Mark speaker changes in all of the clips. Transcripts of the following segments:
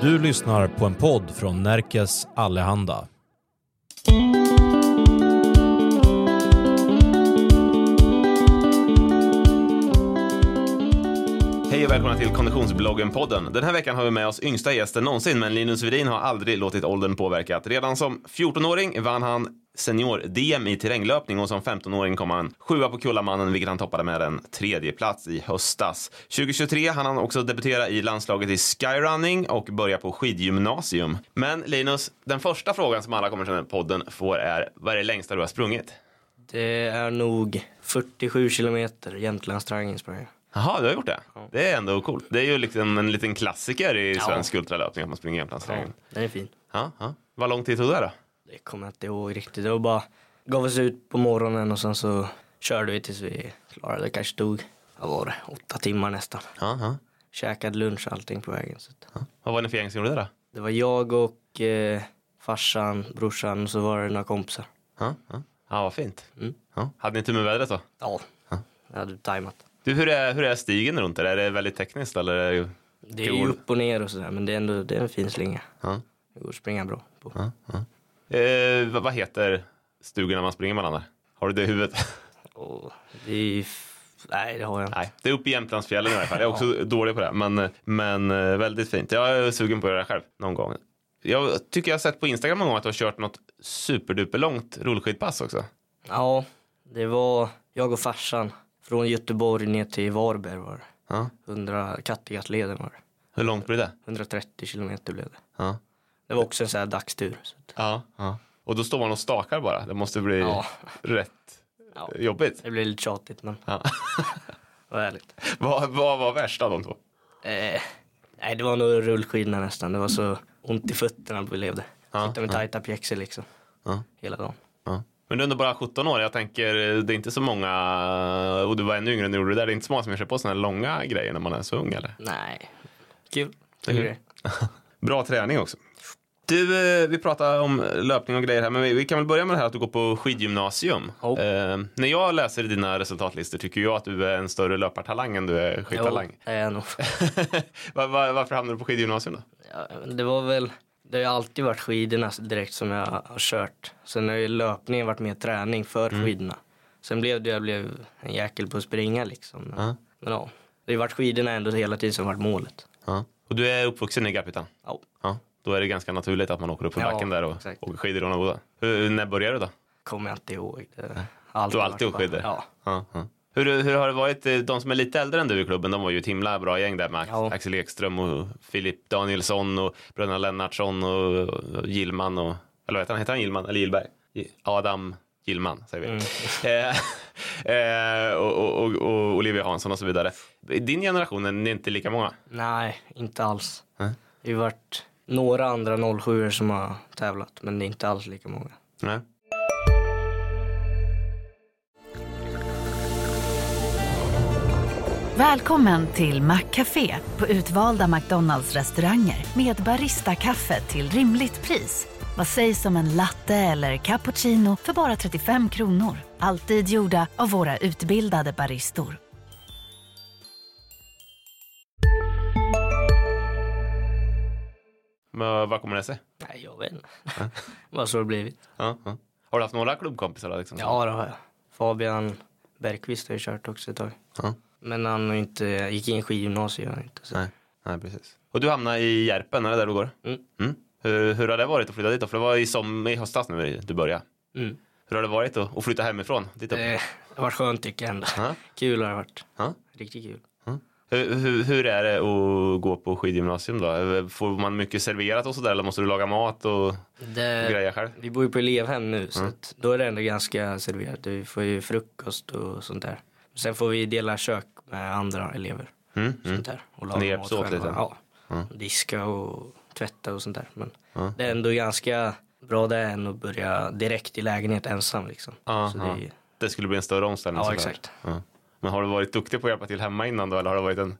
Speaker 1: Du lyssnar på en podd från Närkes Allehanda.
Speaker 2: Hej och välkomna till Konditionsbloggen-podden. Den här veckan har vi med oss yngsta gästen någonsin, men Linus Vedin har aldrig låtit åldern påverka. Att Redan som 14-åring vann han senior-DM i terränglöpning och som 15-åring kom han sjua på Kullamannen, vilket han toppade med en tredje plats i höstas. 2023 hann han också debutera i landslaget i skyrunning och börja på skidgymnasium. Men Linus, den första frågan som alla kommer till den här podden får är, vad är det längsta du har sprungit?
Speaker 3: Det är nog 47 kilometer Jämtlandstriangeln sprang jag.
Speaker 2: Jaha, du har gjort det? Det är ändå coolt. Det är ju liksom en liten klassiker i svensk ultralöpning att man springer Jämtlandstriangeln.
Speaker 3: Den är fin.
Speaker 2: Ja, ja. Vad lång tid tog det då?
Speaker 3: Det kommer jag inte ihåg riktigt. Det var bara, gav oss ut på morgonen och sen så körde vi tills vi klarade. Det kanske tog, vad var det, åtta timmar nästan.
Speaker 2: Ja, ja.
Speaker 3: Käkade lunch och allting på vägen. Så att-
Speaker 2: Vad var det för gäng som gjorde det då?
Speaker 3: det var jag och eh, farsan, brorsan och så var det några kompisar.
Speaker 2: Ja, ja. ja vad fint.
Speaker 3: Mm.
Speaker 2: Ja. Hade ni tur med vädret då?
Speaker 3: Ja, det hade vi tajmat.
Speaker 2: Du, hur, är, hur är stigen runt där? Är det väldigt tekniskt eller? Är det... ju-
Speaker 3: Det är ju
Speaker 2: Cool.
Speaker 3: upp och ner och sådär men det är ändå det är en fin slinga.
Speaker 2: Ja.
Speaker 3: Det går att springa bra på.
Speaker 2: Ja, ja. Eh, vad vad heter stugorna man springer mellan där? Har du det i huvudet?
Speaker 3: Och det är ju, f- nej det har jag inte.
Speaker 2: Nej, det är uppe i Jämtlandsfjällen i alla fall. Jag är också dålig på det, men, men eh, väldigt fint. Jag är sugen på att göra det själv någon gång. Jag tycker jag har sett på Instagram någon gång att du har kört något superduperlångt rullskidpass också.
Speaker 3: Ja, det var jag och farsan från Göteborg ner till Varberg var det.
Speaker 2: Ja.
Speaker 3: 100 Kattegattleden var det.
Speaker 2: Hur långt blir det?
Speaker 3: 130 kilometer blev det.
Speaker 2: Ja.
Speaker 3: Det var också en sån här dagstur. Så att,
Speaker 2: Ja. Och då står man och stakar bara. Det måste bli
Speaker 3: ja,
Speaker 2: rätt
Speaker 3: ja,
Speaker 2: jobbigt.
Speaker 3: det blev lite tjatigt men
Speaker 2: Ja.
Speaker 3: vad härligt.
Speaker 2: vad, vad var värst av de två?
Speaker 3: Eh, nej, det var nog rullskidorna nästan. Det var så ont i fötterna vi levde.
Speaker 2: Ja,
Speaker 3: Sitta med tajta pjäxor liksom
Speaker 2: Ja.
Speaker 3: hela dagen.
Speaker 2: Men du är ändå bara 17 år. Jag tänker, det är inte så många, och du var ännu yngre när du gjorde det där. Det är inte så många som ger sig på sådana här långa grejer när man är så ung eller?
Speaker 3: Nej, kul.
Speaker 2: Det är kul.
Speaker 3: Kul.
Speaker 2: Bra träning också. Du, eh, vi pratar om löpning och grejer här, men vi- vi kan väl börja med det här att du går på skidgymnasium.
Speaker 3: Jo.
Speaker 2: Eh, när jag läser dina resultatlistor tycker jag att du är en större löpartalang än du är skidtalang.
Speaker 3: Jo, det är jag nog.
Speaker 2: Var, var, varför hamnade du på skidgymnasium då?
Speaker 3: Ja, men det var väl, det har ju alltid varit skidorna direkt som jag har kört. Sen har ju löpningen varit mer träning för
Speaker 2: Mm.
Speaker 3: skidorna. Sen blev det, jag blev en jäkel på att springa liksom. Men,
Speaker 2: Ja.
Speaker 3: men ja, det har ju varit skidorna ändå hela tiden som varit målet.
Speaker 2: Och du är uppvuxen i Garphyttan?
Speaker 3: Ja.
Speaker 2: Ja. Då är det ganska naturligt att man åker upp för
Speaker 3: Ja,
Speaker 2: backen där och
Speaker 3: exakt.
Speaker 2: åker skidor i Rånevoda. Hur- När började du då?
Speaker 3: Kommer jag inte ihåg. Det,
Speaker 2: Du har alltid åkt skidor?
Speaker 3: Ja.
Speaker 2: Ja, ja. Hur, hur har det varit? eh, De som är lite äldre än du i klubben, de var ju ett himla bra gäng där med Ax-
Speaker 3: Ja.
Speaker 2: Axel Ekström och Filip Danielsson och Bröderna Lennartsson och och Gillman och, eller vad heter han, heter han Gillman eller Gillberg? Gi- Adam Gillman säger
Speaker 3: Mm.
Speaker 2: vi. Eh, eh, och, och, och, och Olivia Hansson och så vidare. I din generation är ni inte lika många.
Speaker 3: Nej, inte alls.
Speaker 2: Nej.
Speaker 3: Det har ju varit några andra 07 som har tävlat men det är inte alls lika många.
Speaker 2: Nej.
Speaker 4: Välkommen till Maccafé på utvalda McDonalds restauranger med Baristakaffe till rimligt pris. Vad sägs om en latte eller cappuccino för bara 35 kronor? Alltid gjorda av våra utbildade baristor.
Speaker 2: Men vad kommer det sig?
Speaker 3: Nej, jag vet inte. Vad så har det blivit.
Speaker 2: Ja, ja. Har du haft några klubbkompisar? då, Liksom?
Speaker 3: Ja, det har jag. Fabian Bergqvist har ju kört också ett tag.
Speaker 2: Ja.
Speaker 3: Men han har inte, gick in skidgymnasium. han Inte, så.
Speaker 2: Nej. Nej, precis. Och du hamnade i Järpen, är det där du går?
Speaker 3: Mm.
Speaker 2: Hur, hur har det varit att flytta dit då? För det var i, som, i höstas nu du började.
Speaker 3: Mm.
Speaker 2: Hur har det varit att, att flytta hemifrån? Dit upp?
Speaker 3: Det, det har varit skönt tycker jag ändå.
Speaker 2: Ja.
Speaker 3: Kul har det varit.
Speaker 2: Ja. Mm.
Speaker 3: Riktigt kul.
Speaker 2: Hur, hur, hur är det att gå på skidgymnasium då? Eh, Får man mycket serverat och sådär eller måste du laga mat och
Speaker 3: Det,
Speaker 2: greja själv?
Speaker 3: vi bor ju på elevhem nu
Speaker 2: Mm.
Speaker 3: så att då är det ändå ganska serverat. Vi får ju frukost och sånt där. Sen får vi dela kök med andra elever.
Speaker 2: Mm, mm.
Speaker 3: Sånt där. Och
Speaker 2: Ni hjälps åt
Speaker 3: själva.
Speaker 2: lite? Mm.
Speaker 3: Ja. Diska och tvätta och sånt där. Men det är ändå ganska bra det än att börja direkt i lägenhet ensam liksom.
Speaker 2: Ja,
Speaker 3: så det är,
Speaker 2: Det skulle bli en större omställning.
Speaker 3: Ja,
Speaker 2: såklart.
Speaker 3: exakt.
Speaker 2: Ja. Men har du varit duktig på att hjälpa till hemma innan då? Eller har det varit, en,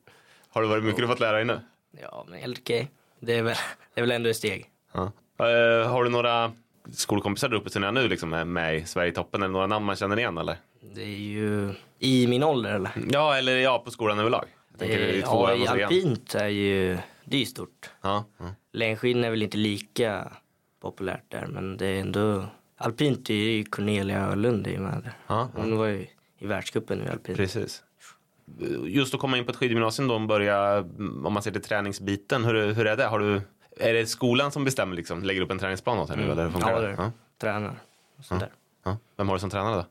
Speaker 2: har det varit mycket du fått lära dig nu?
Speaker 3: Ja, men helt okej. Det är väl, det är väl ändå ett steg.
Speaker 2: Ja. Eh, har du några skolkompisar där uppe som är nu liksom är med i Sverigetoppen eller några namn man känner igen eller?
Speaker 3: Det är ju i min ålder eller?
Speaker 2: Eh, Ja, eller ja, på skolan överlag. Jag tänker
Speaker 3: Det är-
Speaker 2: i tvåan
Speaker 3: ja, i
Speaker 2: och trean.
Speaker 3: alpint är ju det är ju stort.
Speaker 2: Ja, ja.
Speaker 3: Längdskidorna är väl inte lika populärt där men det är ändå alpint är ju Cornelia Öhlund är ju med där.
Speaker 2: Ja,
Speaker 3: Hon var ju i världscupen i alpint.
Speaker 2: precis. Just att komma in på ett skidgymnasium då och börja, mm, om man ser till träningsbiten, hur, hur är det? Har du, är det skolan som bestämmer liksom, lägger upp en träningsplan åt er nu eller hur funkar
Speaker 3: Ja,
Speaker 2: det?
Speaker 3: det
Speaker 2: Mm. Ja,
Speaker 3: tränar. och Sånt där.
Speaker 2: ja. Vem har du som tränare då?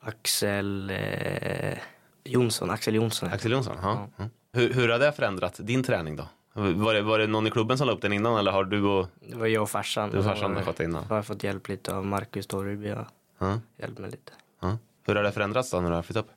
Speaker 3: Axel eh, Jonsson, Axel Jonsson.
Speaker 2: Axel Jonsson? Ja. ja. Hur, hur har det förändrat din träning då? Var det, var det någon i klubben som la upp den innan eller har du och
Speaker 3: Det var jag och farsan.
Speaker 2: Du och farsan
Speaker 3: Och
Speaker 2: har fått innan.
Speaker 3: Jag har fått hjälp lite av Marcus Torreby. Jag
Speaker 2: Ja,
Speaker 3: hjälpt mig lite.
Speaker 2: ja. Hur har det förändrats då när du har flyttat upp?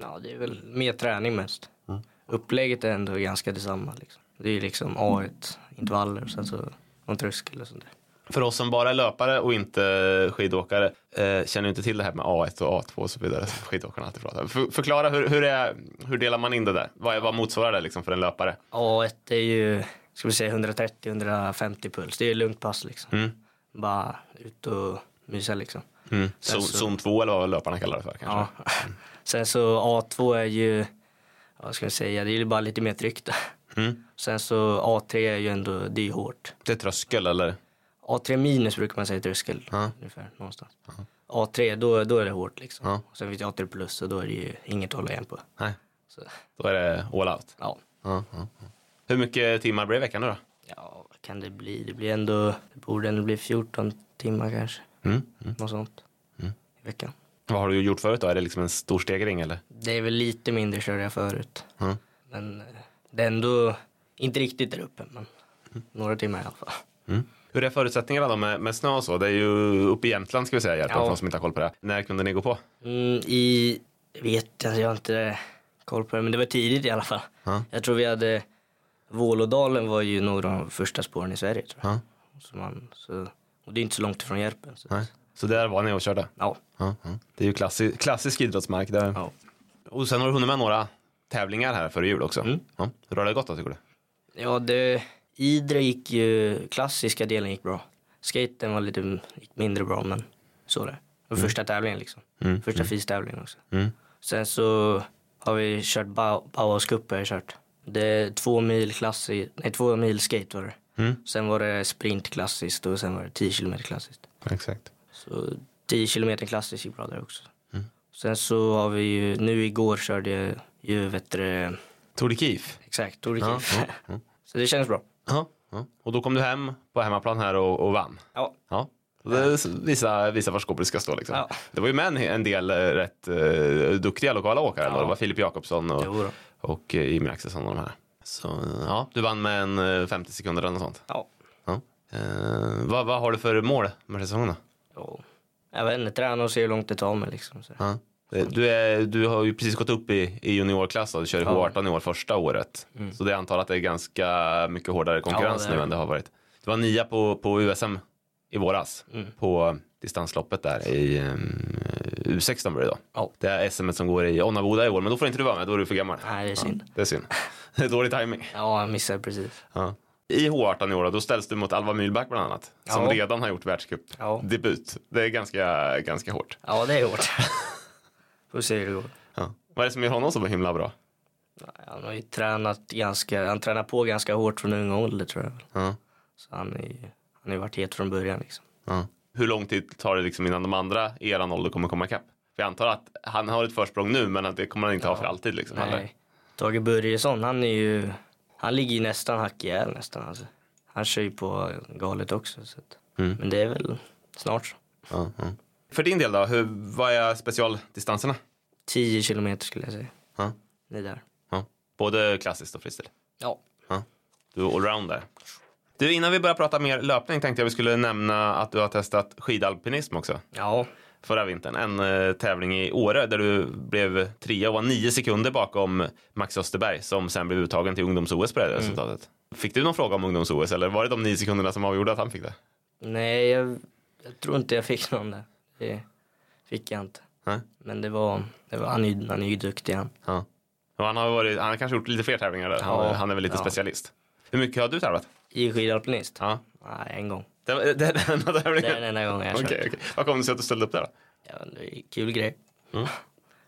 Speaker 3: Ja, det är väl mer träning mest.
Speaker 2: Mm.
Speaker 3: Upplägget är ändå ganska detsamma. Liksom. Det är liksom A1 intervaller och sen så någon tröskel och sånt där.
Speaker 2: För oss som bara är löpare och inte skidåkare eh, känner ju inte till det här med A1 och A2 och så vidare som skidåkarna alltid pratar om. För, förklara, hur, hur, är, hur delar man in det där? Vad, är, vad motsvarar det liksom för en löpare?
Speaker 3: A1 är ju, ska vi säga 130-150 puls. Det är ju lugnt pass liksom. Bara ut och mysa liksom.
Speaker 2: Mm. Zon, zon 2 eller vad löparna kallar det för kanske?
Speaker 3: Ja. Sen så A2 är ju, ja, vad ska jag säga, det är ju bara lite mer tryck där.
Speaker 2: Mm.
Speaker 3: Sen så A3 är ju ändå, det är ju hårt.
Speaker 2: Det är tröskel eller?
Speaker 3: A3 minus brukar man säga tröskel.
Speaker 2: Ja.
Speaker 3: Ungefär någonstans. A3 då, då är det hårt liksom.
Speaker 2: Ja.
Speaker 3: Sen finns det A3 plus och då är det ju inget att hålla igen på.
Speaker 2: Nej,
Speaker 3: Så,
Speaker 2: då är det all out.
Speaker 3: ja.
Speaker 2: Ja, ja, ja. Hur mycket timmar blir det i veckan nu då?
Speaker 3: ja, vad kan det bli? Det blir ändå, det borde ändå bli 14 timmar kanske.
Speaker 2: Mm.
Speaker 3: Något sånt. I veckan.
Speaker 2: Vad har du gjort förut då? Är det liksom en stor stegring eller?
Speaker 3: Det är väl lite mindre körde jag förut.
Speaker 2: Ja.
Speaker 3: Men eh, det är ändå inte riktigt där uppe men några timmar i alla fall.
Speaker 2: Mm. Hur är förutsättningarna då med, med snö och så? Det är ju uppe i Jämtland ska vi säga, Hjärtan,
Speaker 3: Ja.
Speaker 2: för de som inte har koll på det. När kunde ni gå på?
Speaker 3: Mm, I, jag vet jag, jag har inte koll på det, men det var tidigt i alla fall.
Speaker 2: Ja.
Speaker 3: Jag tror vi hade, Vålådalen var ju några av de första spåren i Sverige tror jag.
Speaker 2: Ja.
Speaker 3: Så man, så, och det är inte så långt ifrån Järpen. Så,
Speaker 2: Nej. Så där var ni och körde?
Speaker 3: ja,
Speaker 2: Ja, ja. Det är ju klassisk, klassisk idrottsmark. Där.
Speaker 3: ja.
Speaker 2: Och sen har du hunnit med några tävlingar här före jul också.
Speaker 3: Mm.
Speaker 2: Ja. Hur har det gått då tycker du?
Speaker 3: ja det, Idre gick ju, klassiska delen gick bra. Skaten var lite gick mindre bra men så det. Och första tävlingen liksom.
Speaker 2: Mm,
Speaker 3: Första FIS-tävlingen också.
Speaker 2: Mm.
Speaker 3: Sen så har vi kört Bau- Bauhaus Cup har jag kört. Det är två mil klass i, nej två mil skate var det.
Speaker 2: Mm.
Speaker 3: Sen var det sprint klassiskt och sen var det 10 kilometer klassiskt.
Speaker 2: Exakt.
Speaker 3: Så 10 kilometer klassiskt gick bra där också.
Speaker 2: Mm.
Speaker 3: Sen så har vi ju, nu igår körde jag ju vet du,
Speaker 2: Tour de Kiev.
Speaker 3: exakt Tour de
Speaker 2: Ja,
Speaker 3: Kiev. Så det känns bra.
Speaker 2: Ja. Ja. Och då kom du hem på hemmaplan här och, och vann.
Speaker 3: Ja,
Speaker 2: Ja. Det visar, visar var skåpet ska stå. Liksom.
Speaker 3: Ja.
Speaker 2: Det var ju med en, en del eh, rätt eh, duktiga lokala åkare. då. Det var Filip Jakobsson och,
Speaker 3: jo då.
Speaker 2: och eh, Jimmy Axelsson och de här. Så eh, ja, du vann med en eh, 50 sekunder eller något sånt.
Speaker 3: Ja.
Speaker 2: Ja. Eh, vad, vad har du för mål med säsongen då?
Speaker 3: Och, jag vet inte, träna och se hur långt det tar mig liksom. Så.
Speaker 2: Ja. Eh, Du, är, du har ju precis gått upp i, i juniorklass då. du kör i
Speaker 3: Ja.
Speaker 2: H18 i år första året.
Speaker 3: Mm.
Speaker 2: Så det antar att det är ganska mycket hårdare konkurrens
Speaker 3: Ja, det är
Speaker 2: nu
Speaker 3: det.
Speaker 2: än det har varit. Du var nia på, på USM i våras
Speaker 3: Mm.
Speaker 2: på distansloppet där i um, U16 var det då.
Speaker 3: Ja.
Speaker 2: Det är SM som går i Onnaboda i år men då får inte du vara med, då är du för gammal.
Speaker 3: Nej, det är synd.
Speaker 2: Det är synd. Det är dålig timing.
Speaker 3: Ja, jag missade precis.
Speaker 2: Ja. I H18 i år då, då ställs du mot Alva Mylback bland annat. Som
Speaker 3: Ja.
Speaker 2: redan har gjort
Speaker 3: Ja.
Speaker 2: världscupdebut. Det är ganska, ganska hårt.
Speaker 3: Ja, det är hårt. Får se hur det går.
Speaker 2: Ja. Vad är det som gör honom så himla bra?
Speaker 3: Nej, Han har ju tränat ganska, han tränar på ganska hårt från unga ålder tror jag.
Speaker 2: Ja.
Speaker 3: Så han är ju- han har ju varit het från början liksom.
Speaker 2: Ja. Hur lång tid tar det liksom innan de andra i eran ålder kommer komma ikapp? För jag antar att han har ett försprång nu men att det kommer han inte ha för alltid. Liksom, eller?
Speaker 3: Nej. Tage Börjesson, han är ju, han ligger ju nästan hack ihjäl nästan alltså. Han kör ju på galet också. Så att,
Speaker 2: Mm.
Speaker 3: Men det är väl snart så.
Speaker 2: Ja, ja. För din del då, hur, vad är specialdistanserna?
Speaker 3: 10 kilometer skulle jag säga.
Speaker 2: Ja.
Speaker 3: Det där.
Speaker 2: Ja. Både klassiskt och freestyle?
Speaker 3: Ja.
Speaker 2: Ja. Du är allround där. Du, innan vi börjar prata mer löpning tänkte jag vi skulle nämna att du har testat skidalpinism också
Speaker 3: Ja.
Speaker 2: förra vintern. En eh, tävling i Åre där du blev trea och var nio sekunder bakom Max Österberg som sen blev uttagen till ungdoms-OS på det
Speaker 3: Mm.
Speaker 2: här resultatet. Fick du någon fråga om ungdoms-OS eller var det de nio sekunderna som avgjorde att han fick det?
Speaker 3: Nej, jag, jag tror inte jag fick någon där. Det fick jag inte.
Speaker 2: Nej.
Speaker 3: Men det var, det var han, är ju- han är ju duktig han.
Speaker 2: Ja. Och han, har varit, han har kanske gjort lite fler tävlingar där.
Speaker 3: Ja.
Speaker 2: Han, han är väl lite
Speaker 3: Ja.
Speaker 2: specialist. Hur mycket har du tävlat?
Speaker 3: I skidalpinist?
Speaker 2: Ja.
Speaker 3: Nej, en gång.
Speaker 2: Det, det, det är den enda
Speaker 3: Det är den
Speaker 2: tävlingen?
Speaker 3: enda gången jag har
Speaker 2: Okej,
Speaker 3: kört.
Speaker 2: okej. Vad kom det sig att du ställde upp där då?
Speaker 3: Ja, det är en kul grej.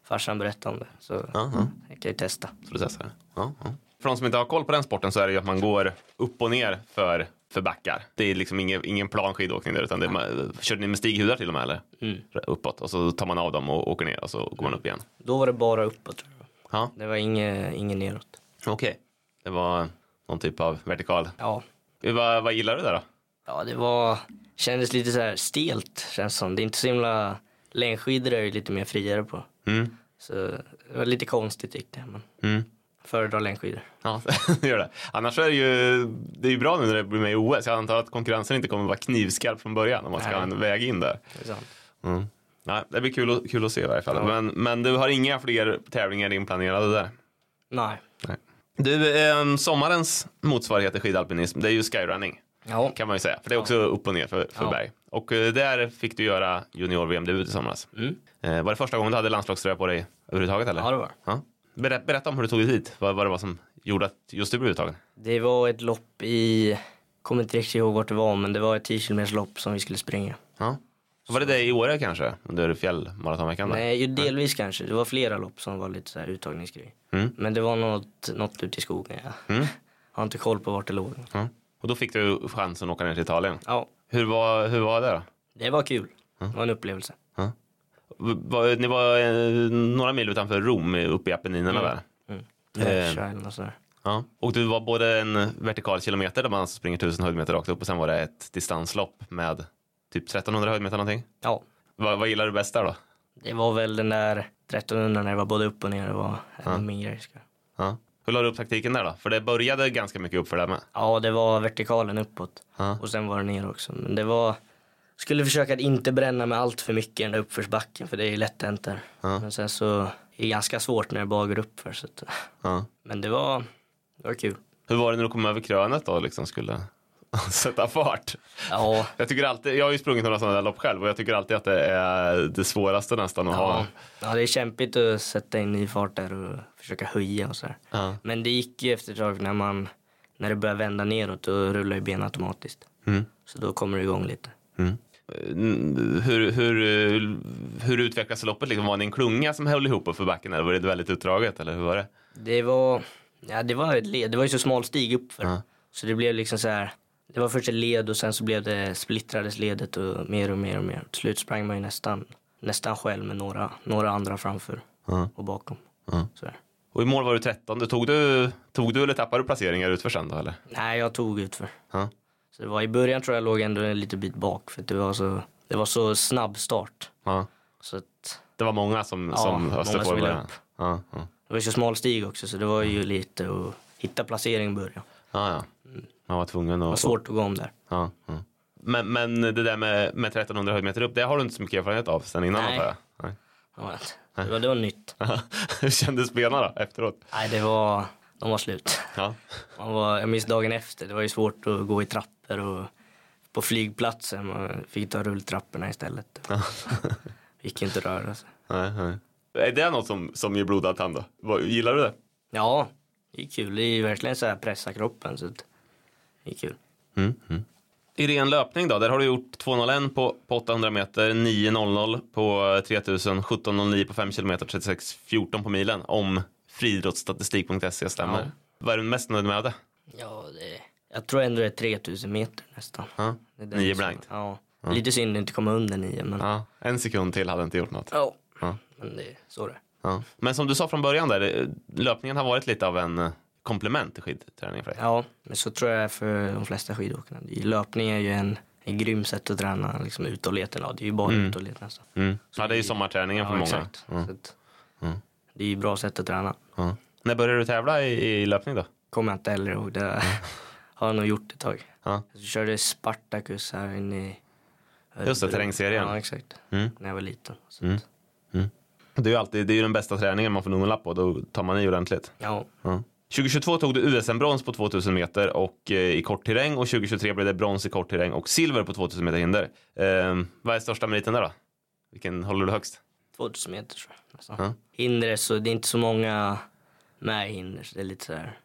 Speaker 3: Farsan berättade om det, så
Speaker 2: Mm. Ja, ja.
Speaker 3: jag kan ju testa.
Speaker 2: Så du testar det? Ja, ja. för de som inte har koll på den sporten så är det ju att man går upp och ner för, för backar. Det är liksom ingen, ingen plan skidåkning där utan det, man, körde ni med stighudar till och med eller? Uppåt och så tar man av dem och åker ner och så går man upp igen.
Speaker 3: Då var det bara uppåt. Tror jag.
Speaker 2: Ja,
Speaker 3: Det var inget, inget neråt.
Speaker 2: okej. Det var någon typ av vertikal. Eh,
Speaker 3: Ja.
Speaker 2: Vad, vad gillar du där då?
Speaker 3: ja, det var, kändes lite så här stelt känns som. Det är inte så himla, längdskidor är jag ju lite mer friare på.
Speaker 2: Mm.
Speaker 3: Så det var lite konstigt gick det. Men
Speaker 2: Mm.
Speaker 3: föredrar längdskidor.
Speaker 2: Ja, det gör det. Annars är det ju, det är ju bra nu när det blir med i OS. Jag antar att konkurrensen inte kommer vara knivskarp från början om man ska
Speaker 3: Nej.
Speaker 2: ha en väg in där.
Speaker 3: Det är sant.
Speaker 2: Mm. Nej, det blir kul, att- kul att se i varje fall. Men, men du har inga fler tävlingar inplanerade där?
Speaker 3: Nej.
Speaker 2: Du, eh, sommarens motsvarighet till skidalpinism, det är ju skyrunning
Speaker 3: Ja.
Speaker 2: kan man ju säga. För det är också upp och ner för, för
Speaker 3: Ja.
Speaker 2: berg. Och eh, där fick du göra junior-VM-debut i somras.
Speaker 3: Mm.
Speaker 2: Eh, var det första gången du hade landslagströja på dig överhuvudtaget? Eller?
Speaker 3: ja, det var
Speaker 2: Ja. Berät, berätta om hur du tog dig hit. Vad, vad det var som gjorde att just du blev uttagen.
Speaker 3: det. var ett lopp i, kommer inte riktigt ihåg vart det var, men det var ett 10 km lopp som vi skulle springa.
Speaker 2: Ja. Var det det i Åre kanske? Under fjällmaratonveckan? där?
Speaker 3: Nej, ju delvis kanske. Det var flera lopp som var lite så här uttagningsgrej.
Speaker 2: Mm.
Speaker 3: Men det var något, något ute i skogen. Ja.
Speaker 2: Mm.
Speaker 3: Har inte koll på vart det låg.
Speaker 2: Ja. Och då fick du chansen att åka ner till Italien.
Speaker 3: Ja,
Speaker 2: Hur var, hur var det då?
Speaker 3: det var kul. Det var en upplevelse.
Speaker 2: V- var- Ni var eh, några mil utanför Rom eh, uppe i Apenninerna där.
Speaker 3: Mm.
Speaker 2: Eh.
Speaker 3: Världsrallyn och sådär.
Speaker 2: Ja. Och du var både en vertikal kilometer där man alltså springer 1000 höjdmeter rakt upp och sen var det ett distanslopp med typ 1300 höjdmeter någonting.
Speaker 3: Ja,
Speaker 2: Vad, vad gillar du bäst där då?
Speaker 3: det var väl den där 1300 när det var både upp och ner. Det var ja. min grej. ska jag-
Speaker 2: Ja. Hur la du upp taktiken där då? För det började ganska mycket upp för det med.
Speaker 3: Ja, det var vertikalen uppåt.
Speaker 2: Ja.
Speaker 3: Och sen var det ner också. Men det var... Skulle försöka att inte bränna mig allt för mycket i den där uppförsbacken för det är ju lätt hänt där.
Speaker 2: Ja.
Speaker 3: Men sen så är det ganska svårt när det bara går uppför. Så att,
Speaker 2: Ja.
Speaker 3: men det var, det var kul.
Speaker 2: Hur var det när du kom över krönet då och liksom skulle sätta fart?
Speaker 3: Ja,
Speaker 2: Jag, tycker alltid, jag har ju sprungit några sådana där lopp själv och jag tycker alltid att det är det svåraste nästan att ha.
Speaker 3: ja. ja, det är kämpigt att sätta in ny fart där och försöka höja och så här.
Speaker 2: Ja.
Speaker 3: Men det gick ju efter ett tag när, man, när det börjar vända neråt då rullar ju benen automatiskt.
Speaker 2: Mm.
Speaker 3: Så då kommer det igång lite.
Speaker 2: Mm, Hur, hur, eh, hur utvecklas loppet? Liksom, var det en klunga som höll ihop uppför backen eller var det väldigt utdraget? Eller hur var det?
Speaker 3: Det var, ja, det var ett led. Det var ju så smal stig uppför.
Speaker 2: Ja.
Speaker 3: Så det blev liksom så här. Det var först ett led och sen så blev det splittrades ledet och mer och mer och mer. Till slut sprang man ju nästan, nästan själv med några, några andra framför
Speaker 2: Ja.
Speaker 3: och bakom.
Speaker 2: Ja.
Speaker 3: Så där.
Speaker 2: Och i mål var du 13. Tog du, tog du eller tappade du placeringar utför sen då? Eller?
Speaker 3: Nej, jag tog utför.
Speaker 2: Ja.
Speaker 3: Så det var i början tror jag låg ändå en liten bit bak för att det var så, det var så snabb start.
Speaker 2: Ja.
Speaker 3: Så att,
Speaker 2: Det var många som,
Speaker 3: Ja,
Speaker 2: som
Speaker 3: många
Speaker 2: öste på
Speaker 3: som
Speaker 2: i
Speaker 3: ville
Speaker 2: början.
Speaker 3: upp.
Speaker 2: Ja, ja.
Speaker 3: det var ju så smal stig också så det var ju lite att hitta placering i början.
Speaker 2: Ja, ja. Man var tvungen
Speaker 3: Det var
Speaker 2: att...
Speaker 3: svårt att gå om där.
Speaker 2: Ja, ja. Men, men det där med, med 1300 höjdmeter upp, det har du inte så mycket erfarenhet av sen innan
Speaker 3: Nej.
Speaker 2: antar jag? Nej.
Speaker 3: Ja, Det var, det var nytt.
Speaker 2: Hur kändes benen då efteråt?
Speaker 3: Nej, det var, de var slut.
Speaker 2: Ja.
Speaker 3: Man var, jag minns dagen efter, det var ju svårt att gå i trappor och på flygplatsen. Man fick ta rulltrapporna istället. fick inte röra sig.
Speaker 2: Nej, nej. Är det något som, som ger blodad tand då? Vad- Gillar du det?
Speaker 3: Ja, det är kul. Det är ju verkligen så här pressa kroppen. Så att det är kul.
Speaker 2: I ren löpning då, där har du gjort 2.01 på, på 800 meter, 9.00 på eh, 3000, 17.09 på 5 km, 36.14 på milen om friidrottsstatistik.se stämmer.
Speaker 3: Ja.
Speaker 2: Vad är du mest nöjd med? av Det?
Speaker 3: Ja, det, jag tror ändå det är 3000 meter nästan.
Speaker 2: Ja.
Speaker 3: Det är den
Speaker 2: Nio
Speaker 3: som-
Speaker 2: blankt.
Speaker 3: Ja. Lite synd att inte komma under nio, men ja.
Speaker 2: Ja, en sekund till hade inte gjort något. Ja.
Speaker 3: Men det är så det är.
Speaker 2: Ja. Men som du sa från början där, eh, löpningen har varit lite av en eh, komplement till skidträning för dig.
Speaker 3: Ja, men så tror jag är för de flesta skidåkarna. Det är- Löpning är ju en, en grym sätt att träna liksom ut och leta. Ja, det är ju bara ut och leta nästan.
Speaker 2: Mm. Ja, det är ju sommarträningen för många. Mm.
Speaker 3: Så att, Det är ju bra sätt att träna.
Speaker 2: Ja. När började du tävla i, i löpning då?
Speaker 3: Kommer jag inte heller ihåg. Det
Speaker 2: Mm.
Speaker 3: har jag nog gjort ett tag.
Speaker 2: Ja.
Speaker 3: Jag körde Spartacus här inne i Örebro.
Speaker 2: Just det, terrängserien. Mm.
Speaker 3: Ja, exakt. När jag var liten. Så att,
Speaker 2: Det är ju alltid det är ju den bästa träningen man får nummerlapp på, då tar man i ordentligt.
Speaker 3: ja,
Speaker 2: Ja. 2022 tog du USM-brons på 2000 meter och eh, i kort terräng och 2023 blev det brons i kort terräng och silver på 2000 meter hinder. Ehm, vad är största meriten där då? Vilken håller du högst?
Speaker 3: 2000 meter tror jag. Nästan.
Speaker 2: Ja.
Speaker 3: Hinder, är så det är inte så många med hinder. Så det är lite så här,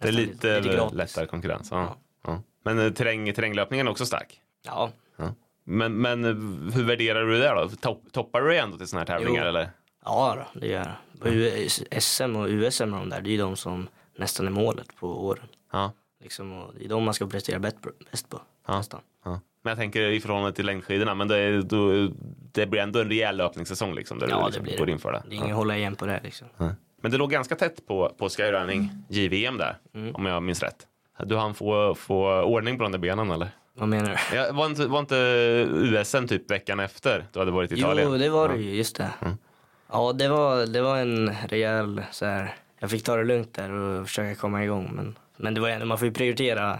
Speaker 2: Det är
Speaker 3: nästan
Speaker 2: lite,
Speaker 3: gratis.
Speaker 2: lättare konkurrens. Ja. Ja. Men eh, terräng, terränglöpningen är också stark.
Speaker 3: Ja,
Speaker 2: Ja. Men, men eh, hur värderar du det då? Topp, toppar du det ändå till sådana här tävlingar
Speaker 3: Jo.
Speaker 2: eller?
Speaker 3: ja då, det gör jag. På U- SM och USM och de där, det är ju de som nästan är målet på åren.
Speaker 2: Ja.
Speaker 3: Liksom, och det är de man ska prestera bäst på. Bäst på
Speaker 2: Ja.
Speaker 3: nästan.
Speaker 2: Ja. Men jag tänker i förhållande till längdskidorna, men det, är- då, det blir ändå en rejäl löpningssäsong liksom, där
Speaker 3: Ja,
Speaker 2: du
Speaker 3: det
Speaker 2: liksom
Speaker 3: blir det.
Speaker 2: går in för det.
Speaker 3: Det är inget att hålla igen på det här, liksom.
Speaker 2: Ja. Men det låg ganska tätt på, på skyrunning JVM där, om jag minns rätt. Du hann få, få ordning på de där benen eller?
Speaker 3: Vad menar du?
Speaker 2: Ja, var, inte, var inte USM typ veckan efter du hade varit i Italien?
Speaker 3: Jo, det var det ju, just det. Ja, det var, det var en rejäl så här, jag fick ta det lugnt där och försöka komma igång. Men, men det var, ändå- man får ju prioritera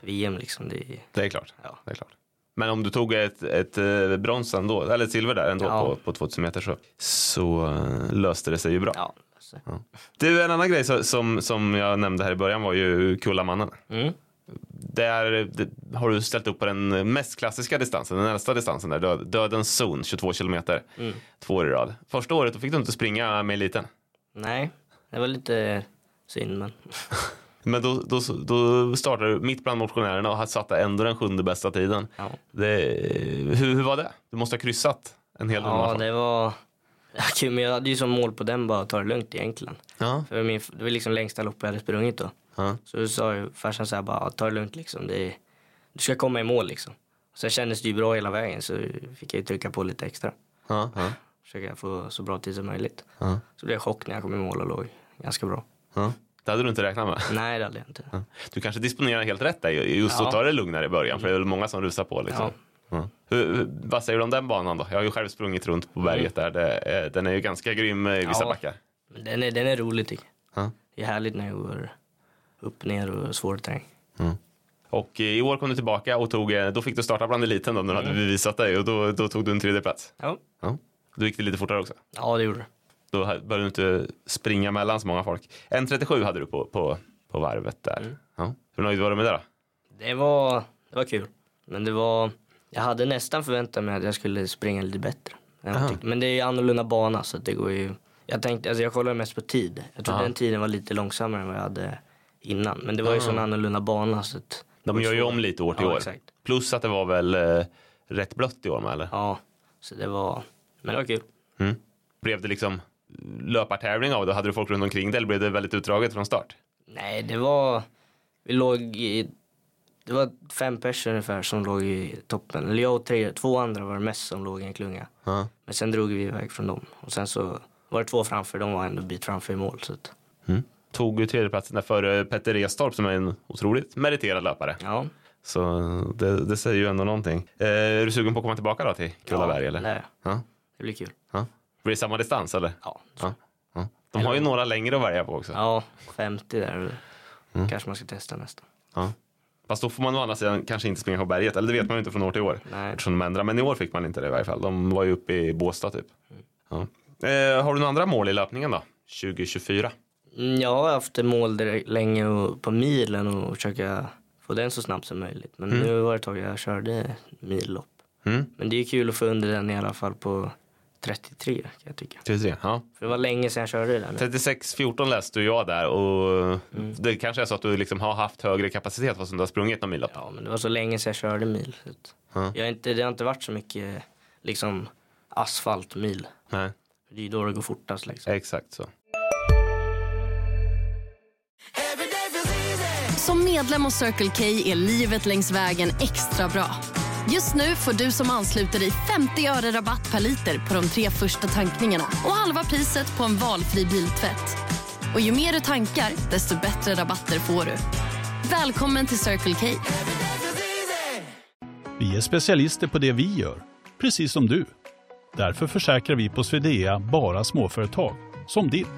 Speaker 3: VM liksom. Det, är-
Speaker 2: Det är klart.
Speaker 3: Ja.
Speaker 2: Det är klart. Men om du tog ett, ett eh, brons ändå, eller ett silver där ändå
Speaker 3: Ja.
Speaker 2: på, på 2000 meter så, så eh, löste det sig ju bra.
Speaker 3: ja, alltså.
Speaker 2: Du, en annan grej så- som, som jag nämnde här i början var ju Kullamannen.
Speaker 3: mm.
Speaker 2: Där det, har du ställt upp på den mest klassiska distansen, den äldsta distansen där, död, Dödens zon, 22 kilometer,
Speaker 3: mm.
Speaker 2: två år i rad. Första året då fick du inte springa med eliten.
Speaker 3: Nej, det var lite synd men.
Speaker 2: Men då, då, då startade du mitt bland motionärerna och satte ändå den sjunde bästa tiden.
Speaker 3: Ja,
Speaker 2: Det, hur, hur var det? Du måste ha kryssat en hel del
Speaker 3: ja
Speaker 2: maraton.
Speaker 3: det var... Okej, men jag hade ju som mål på den bara att ta det lugnt egentligen.
Speaker 2: Ja,
Speaker 3: För min, det var liksom längsta loppet jag hade sprungit då.
Speaker 2: ja,
Speaker 3: Så sa ju farsan så här bara, ta det lugnt liksom. Det, är- du ska komma i mål liksom. Sen kändes det ju bra hela vägen så fick jag ju trycka på lite extra.
Speaker 2: ja, ja,
Speaker 3: Försöka få så bra tid som möjligt.
Speaker 2: ja,
Speaker 3: Så blev jag chock när jag kom i mål och låg ganska bra.
Speaker 2: ja. Det hade du inte räknat med.
Speaker 3: Nej det hade jag inte.
Speaker 2: Du kanske disponerar helt rätt där, just att
Speaker 3: Ja.
Speaker 2: ta det lugnare i början, för det är väl många som rusar på. Liksom. Ja. Hur, hur- vad säger du om den banan då? Jag har ju själv sprungit runt på berget där. Det, är- den är ju ganska grym i vissa
Speaker 3: Mm. Ja.
Speaker 2: backar.
Speaker 3: Men den är, den är rolig tycker jag.
Speaker 2: Ja.
Speaker 3: Det är härligt när jag går upp, ner och svår terräng.
Speaker 2: Mm. Och eh, i år kom du tillbaka och tog, eh, då fick du starta bland eliten då, när du hade bevisat dig och då, då tog du en tredje plats.
Speaker 3: Ja.
Speaker 2: Mm. Ja. Då gick det lite fortare också.
Speaker 3: ja, det gjorde det.
Speaker 2: Då ha- behövde du inte springa mellan så många folk. 1.37 hade du på, på, på varvet där. Ja. Hur nöjd var du med det då?
Speaker 3: Det var, det var kul. Men det var, jag hade nästan förväntat mig att jag skulle springa lite bättre. än vad jag tyckte. Men det är ju annorlunda bana så att det går ju. Jag tänkte, alltså jag kollade mest på tid. Jag trodde
Speaker 2: Aha.
Speaker 3: den tiden var lite långsammare än vad jag hade innan. Men det var ju sån annorlunda bana så att.
Speaker 2: De gör ju om lite år till
Speaker 3: Ja,
Speaker 2: år.
Speaker 3: exakt.
Speaker 2: Plus att det var väl eh, rätt blött i år med eller?
Speaker 3: Ja, så det var, men det var kul.
Speaker 2: Mm. Blev det liksom löpartävling av det? Hade du folk runt omkring dig eller blev det väldigt utdraget från start?
Speaker 3: Nej, det var, vi låg i, det var fem personer ungefär som låg i toppen. Eller jag och tre, två andra var det mest som låg i en klunga.
Speaker 2: Ja.
Speaker 3: Men sen drog vi iväg från dem. Och sen så var det två framför, de var ändå en bit framför i mål. Så att,
Speaker 2: Mm. Tog ju tredjeplatsen där före Petter Restorp som är en otroligt meriterad löpare.
Speaker 3: ja.
Speaker 2: Så det, det säger ju ändå någonting. Eh, är du sugen på att komma tillbaka då till Kullaberg
Speaker 3: ja,
Speaker 2: eller?
Speaker 3: Nej,
Speaker 2: Ja.
Speaker 3: det blir kul.
Speaker 2: Ja. Blir det samma distans eller?
Speaker 3: Ja,
Speaker 2: Ja. Ja. De har ju några längre att välja på också.
Speaker 3: ja 50 där.
Speaker 2: Mm.
Speaker 3: Kanske man ska testa nästa.
Speaker 2: Ja. Fast då får man å andra sidan kanske inte springa på berget, eller det vet man ju inte från år till år.
Speaker 3: Nej.
Speaker 2: Eftersom de ändrar. Men i år fick man inte det i varje fall. De var ju uppe i Båstad typ.
Speaker 3: Mm.
Speaker 2: Ja. Eh, har du några andra mål i löpningen då? 2024?
Speaker 3: Mm, Jag har haft ett mål direkt, länge och, på milen och försöka få den så snabbt som möjligt. Men nu var det ett tag jag körde millopp.
Speaker 2: Mm.
Speaker 3: Men det är kul att få under den i alla fall på 33 kan jag tycka.
Speaker 2: 33. Ja.
Speaker 3: För det var länge sedan jag körde det där. nu.
Speaker 2: 36-14 läste ju jag där och
Speaker 3: Mm.
Speaker 2: det kanske är så att du liksom har haft högre kapacitet fast du inte har sprungit någon millopp.
Speaker 3: Ja, men det var så länge sedan jag körde mil. Så att
Speaker 2: Ja.
Speaker 3: jag har inte, det har inte varit så mycket liksom, asfaltmil.
Speaker 2: Nej,
Speaker 3: Det är ju då det går fortast. Liksom.
Speaker 2: exakt så.
Speaker 5: Som medlem hos Circle K är livet längs vägen extra bra. Just nu får du som ansluter dig 50 öre rabatt per liter på de tre första tankningarna och halva priset på en valfri biltvätt. Och ju mer du tankar, desto bättre rabatter får du. Välkommen till Circle K.
Speaker 6: Vi är specialister på det vi gör, precis som du. Därför försäkrar vi på Swedea bara småföretag, som ditt.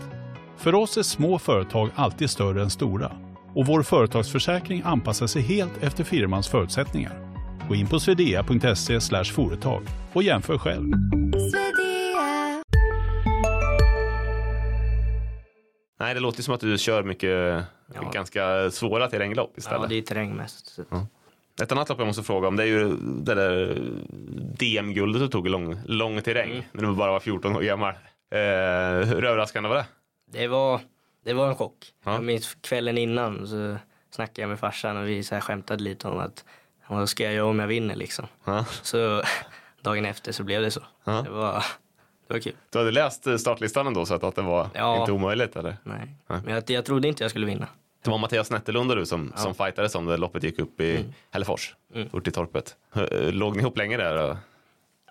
Speaker 6: För oss är små företag alltid större än stora och vår företagsförsäkring anpassar sig helt efter firmans förutsättningar. Gå in på swedea.se slash företag och jämför själv.
Speaker 2: Nej, det låter ju som att du kör mycket
Speaker 3: Ja.
Speaker 2: ganska svåra terränglopp istället.
Speaker 3: Ja, det är terräng mest. Så att,
Speaker 2: Ett annat lopp jag måste fråga om det är ju det där DM-guldet du tog i lång, lång terräng
Speaker 3: Mm.
Speaker 2: när du bara var 14 år gammal. Eh, hur överraskande var det?
Speaker 3: det, var, det var en chock.
Speaker 2: Ja.
Speaker 3: Jag minns kvällen innan så snackade jag med farsan och vi så här skämtade lite om att vad ska jag göra om jag vinner liksom.
Speaker 2: Ja.
Speaker 3: Så dagen efter så blev det så.
Speaker 2: Ja.
Speaker 3: Det var, det var kul.
Speaker 2: Du hade läst eh, startlistan ändå så att, att det var
Speaker 3: Ja.
Speaker 2: inte omöjligt eller?
Speaker 3: Nej.
Speaker 2: Nej.
Speaker 3: Men jag, jag trodde inte jag skulle vinna.
Speaker 2: Det var Mattias Nettelund och du som, som fightades om det loppet gick upp
Speaker 3: Mm.
Speaker 2: i Hällefors, upp till torpet. Eh, Låg ni ihop länge där? och-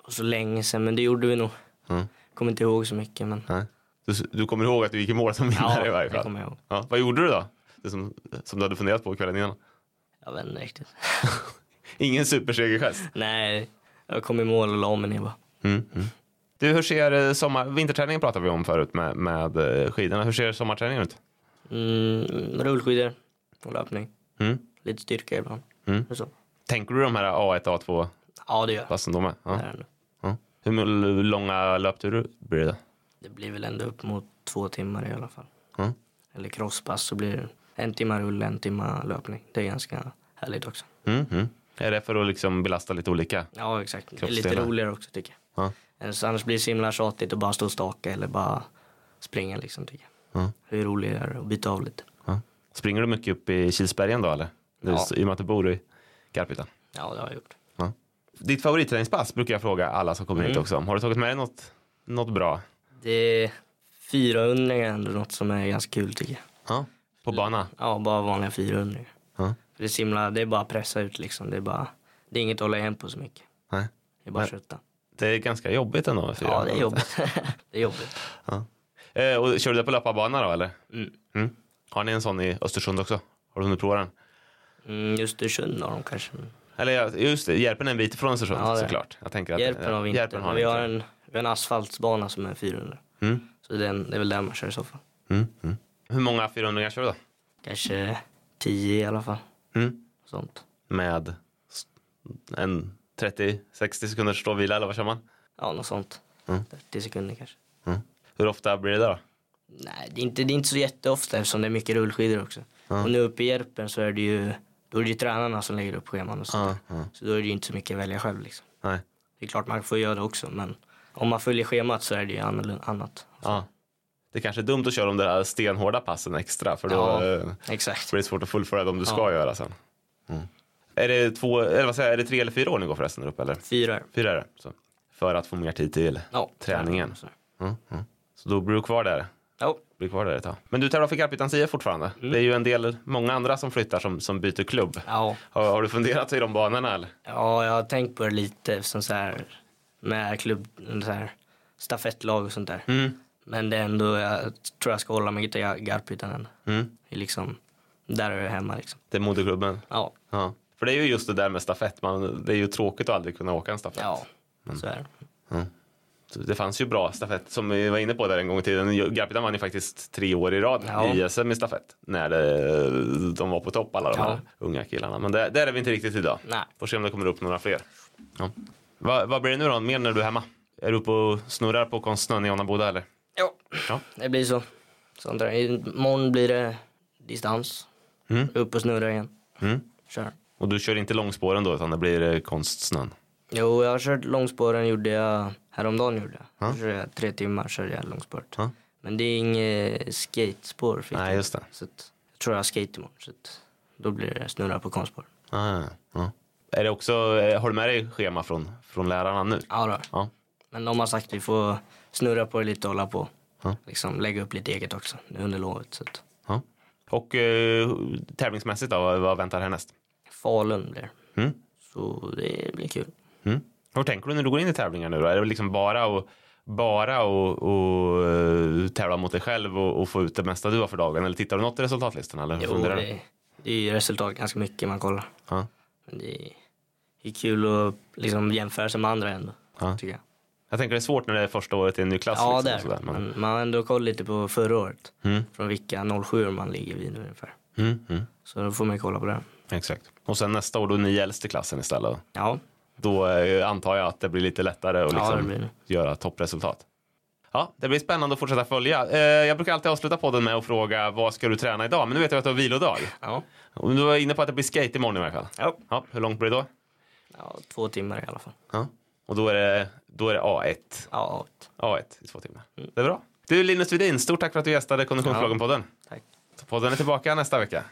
Speaker 3: Och så länge sedan, men det gjorde vi nog.
Speaker 2: Mm.
Speaker 3: Kommer inte ihåg så mycket, men
Speaker 2: Nej. Du, du kommer ihåg att du gick i mål som vinnare
Speaker 3: ja,
Speaker 2: i varje
Speaker 3: det
Speaker 2: fall?
Speaker 3: kommer jag ihåg.
Speaker 2: Ja. Vad gjorde du då? Det som, som du hade funderat på kvällen innan?
Speaker 3: Jag vet inte riktigt.
Speaker 2: Ingen supersegergest?
Speaker 3: Nej, jag kom i mål och la om mig bara.
Speaker 2: Mm. Mm. Du, hur ser eh, sommar... Vinterträningen pratade vi om förut med, med eh, skidorna. Hur ser sommarträningen ut?
Speaker 3: Mm, rullskidor och löpning.
Speaker 2: Mm.
Speaker 3: Lite styrka ibland.
Speaker 2: Mm.
Speaker 3: Och så.
Speaker 2: Tänker du de här A1, A2
Speaker 3: Ja, det gör jag.
Speaker 2: passen de är? Ja.
Speaker 3: Där ändå.
Speaker 2: Ja. Hur l- långa löpturer blir det?
Speaker 3: Det blir väl ändå upp mot två timmar i alla fall.
Speaker 2: Ja.
Speaker 3: Eller crosspass så blir det en timma rull, en timma löpning. Det är ganska härligt också.
Speaker 2: Mm. Mm. Är det för att liksom belasta lite olika?
Speaker 3: Ja, exakt. Det är lite
Speaker 2: Kroppsdelar.
Speaker 3: roligare också tycker jag.
Speaker 2: Ja.
Speaker 3: Än så Annars blir det så himla tjatigt att bara stå och staka eller bara springa liksom tycker jag.
Speaker 2: Ja.
Speaker 3: Hur roligt är det att byta av lite?
Speaker 2: Ja. Springer du mycket upp i Kilsbergen då eller? Du,
Speaker 3: Ja.
Speaker 2: s- I och med att du bor i Garphyttan.
Speaker 3: Ja, det har jag gjort.
Speaker 2: Ja. Ditt favoritträningspass brukar jag fråga alla som kommer hit också om. Har du tagit med dig något, något bra?
Speaker 3: Det är 400 är ändå något som är ganska kul tycker jag.
Speaker 2: Ja. På bana?
Speaker 3: Ja, bara vanliga 400.
Speaker 2: Ja.
Speaker 3: För Det är, så himla, det är bara att pressa ut liksom. Det är, bara, det är inget att hålla igen på så mycket.
Speaker 2: Nej.
Speaker 3: Det är bara
Speaker 2: Nej.
Speaker 3: att kötta.
Speaker 2: Det är ganska jobbigt ändå. fyra.
Speaker 3: Ja, det är jobbigt. det är jobbigt.
Speaker 2: Eh, och kör du det på löparbana då eller?
Speaker 3: Mm.
Speaker 2: Mm. Har ni en sån i Östersund också? Har du hunnit prova den?
Speaker 3: Mm, just Östersund har de kanske. men
Speaker 2: Eller ja, just det, Järpen är en bit ifrån Östersund
Speaker 3: Ja, det är.
Speaker 2: såklart. Jag tänker att,
Speaker 3: Järpen har vi inte.
Speaker 2: Järpen har
Speaker 3: men
Speaker 2: ni
Speaker 3: vi, har
Speaker 2: inte.
Speaker 3: en, vi har en asfaltsbana som är 400.
Speaker 2: Mm.
Speaker 3: Så den, det är väl där man kör i så fall.
Speaker 2: Mm. Mm. Hur många 400 kör du då?
Speaker 3: Kanske 10 i alla fall.
Speaker 2: Mm.
Speaker 3: Sånt.
Speaker 2: Med s- en 30-60 sekunders ståvila eller vad kör man?
Speaker 3: Ja, något sånt.
Speaker 2: Mm.
Speaker 3: 30 sekunder kanske.
Speaker 2: Hur ofta blir det då?
Speaker 3: Nej, det är, inte, det är inte så jätteofta eftersom det är mycket rullskidor också. Och nu uppe i Järpen så är det ju, då är det ju tränarna som lägger upp scheman och sånt.
Speaker 2: Ja, ja.
Speaker 3: Så då är det ju inte så mycket att välja själv liksom.
Speaker 2: Nej.
Speaker 3: Det är klart man får göra det också men om man följer schemat så är det ju annorlunda, annat.
Speaker 2: Ja. Det kanske är dumt att köra de där stenhårda passen extra för då
Speaker 3: Ja.
Speaker 2: eh,
Speaker 3: Exakt.
Speaker 2: blir det svårt att fullfölja dem du ska
Speaker 3: Ja. Mm.
Speaker 2: göra sen. Är, det två, eller vad säger, jag, är det tre eller fyra år ni går förresten där uppe? Eller?
Speaker 3: Fyra.
Speaker 2: Fyra är det. Så. För att få mer tid till
Speaker 3: Ja.
Speaker 2: träningen.
Speaker 3: Så.
Speaker 2: Mm, mm. Så då blir du kvar där.
Speaker 3: Ja,
Speaker 2: Blir kvar där ett tag. Men du tävlar för Garphyttans IF fortfarande. Det är ju en del, många andra som flyttar som, som byter klubb.
Speaker 3: ja.
Speaker 2: Har, har du funderat i de banorna eller?
Speaker 3: ja, jag har tänkt på det lite eftersom så här med klubb, så här, stafettlag och sånt där.
Speaker 2: Mm.
Speaker 3: Men det är ändå, jag tror jag ska hålla mig till Garphyttan än.
Speaker 2: Mm.
Speaker 3: Det är Liksom, där är jag hemma liksom.
Speaker 2: Det är moderklubben.
Speaker 3: Ja,
Speaker 2: Ja. För det är ju just det där med stafett. Man, det är ju tråkigt att aldrig kunna åka en stafett.
Speaker 3: ja.
Speaker 2: Mm.
Speaker 3: så är det.
Speaker 2: Så Det fanns ju bra stafett som vi var inne på där en gång i tiden. Garphyttan vann ju faktiskt tre år i rad
Speaker 3: Ja.
Speaker 2: i SM i stafett. När det, de var på topp alla de
Speaker 3: Ja.
Speaker 2: här unga killarna. Men där, där är vi inte riktigt idag.
Speaker 3: Nej.
Speaker 2: Får se om det kommer upp några fler. Ja. Va, vad blir det nu då, mer när du är hemma? Är du uppe och snurrar på konstsnön i Annaboda eller?
Speaker 3: Ja,
Speaker 2: Ja.
Speaker 3: det blir så. Sånt där. Imorgon blir det distans.
Speaker 2: Mm.
Speaker 3: Upp och snurra igen.
Speaker 2: Mm.
Speaker 3: Kör.
Speaker 2: Och du kör inte långspåren då utan det blir eh, konstsnön?
Speaker 3: Jo, jag har kört långspåren gjorde jag häromdagen. Gjorde jag. Då körde jag tre timmar körde jag långspåret.
Speaker 2: Ja.
Speaker 3: Men det är inget skatespår. fick
Speaker 2: Nej,
Speaker 3: jag.
Speaker 2: just det.
Speaker 3: Så att, jag tror jag har skate imorgon. Så att, då blir det snurra på konstspår.
Speaker 2: Ah, ja. Är det också, eh, har du med dig schema från, från lärarna nu?
Speaker 3: Ja, då.
Speaker 2: Ja.
Speaker 3: Men de har sagt att vi får snurra på det lite och hålla på.
Speaker 2: Ja.
Speaker 3: Liksom, lägga upp lite eget också nu under lovet. Så att,
Speaker 2: ja. Och eh, tävlingsmässigt då, vad vad väntar härnäst?
Speaker 3: Falun blir det.
Speaker 2: Mm.
Speaker 3: Så det blir kul.
Speaker 2: Mm. Hur tänker du när du går in i tävlingar nu då? Är det liksom bara att bara och, och eh, tävla mot dig själv och, och få ut det mesta du har för dagen? Eller tittar du något i resultatlistan? Eller hur
Speaker 3: Jo,
Speaker 2: funderar du?
Speaker 3: det, det är ju resultat ganska mycket man kollar.
Speaker 2: Ja.
Speaker 3: Men det är, det är kul att liksom jämföra sig med andra ändå,
Speaker 2: Ja.
Speaker 3: tycker jag.
Speaker 2: Jag tänker det är svårt när det är första året i en ny klass.
Speaker 3: Ja,
Speaker 2: liksom, och
Speaker 3: där.
Speaker 2: sådär, men-
Speaker 3: Men man har ändå koll lite på förra året.
Speaker 2: Mm.
Speaker 3: Från vilka 07 man ligger vid nu ungefär.
Speaker 2: Mm, mm.
Speaker 3: Så då får man ju kolla på det.
Speaker 2: Exakt. Och sen nästa år då är ni äldst i klassen istället.
Speaker 3: Ja,
Speaker 2: Då eh, antar jag att det blir lite lättare att
Speaker 3: Ja,
Speaker 2: liksom
Speaker 3: det blir det.
Speaker 2: göra toppresultat. Ja, det blir spännande att fortsätta följa. Eh, Jag brukar alltid avsluta podden med att fråga vad ska du träna idag? Men nu vet jag att du har vilodag.
Speaker 3: ja.
Speaker 2: Och Du var inne på att det blir skate imorgon i varje fall.
Speaker 3: Ja.
Speaker 2: Ja, hur långt blir det då?
Speaker 3: ja, två timmar i alla fall.
Speaker 2: Ja. Och då är det, då är det A1.
Speaker 3: Ja, allt.
Speaker 2: A1 i två timmar. Det är bra. Du Linus Widin, stort tack för att du gästade Konditionspodden.
Speaker 3: tack.
Speaker 2: Podden är tillbaka nästa vecka.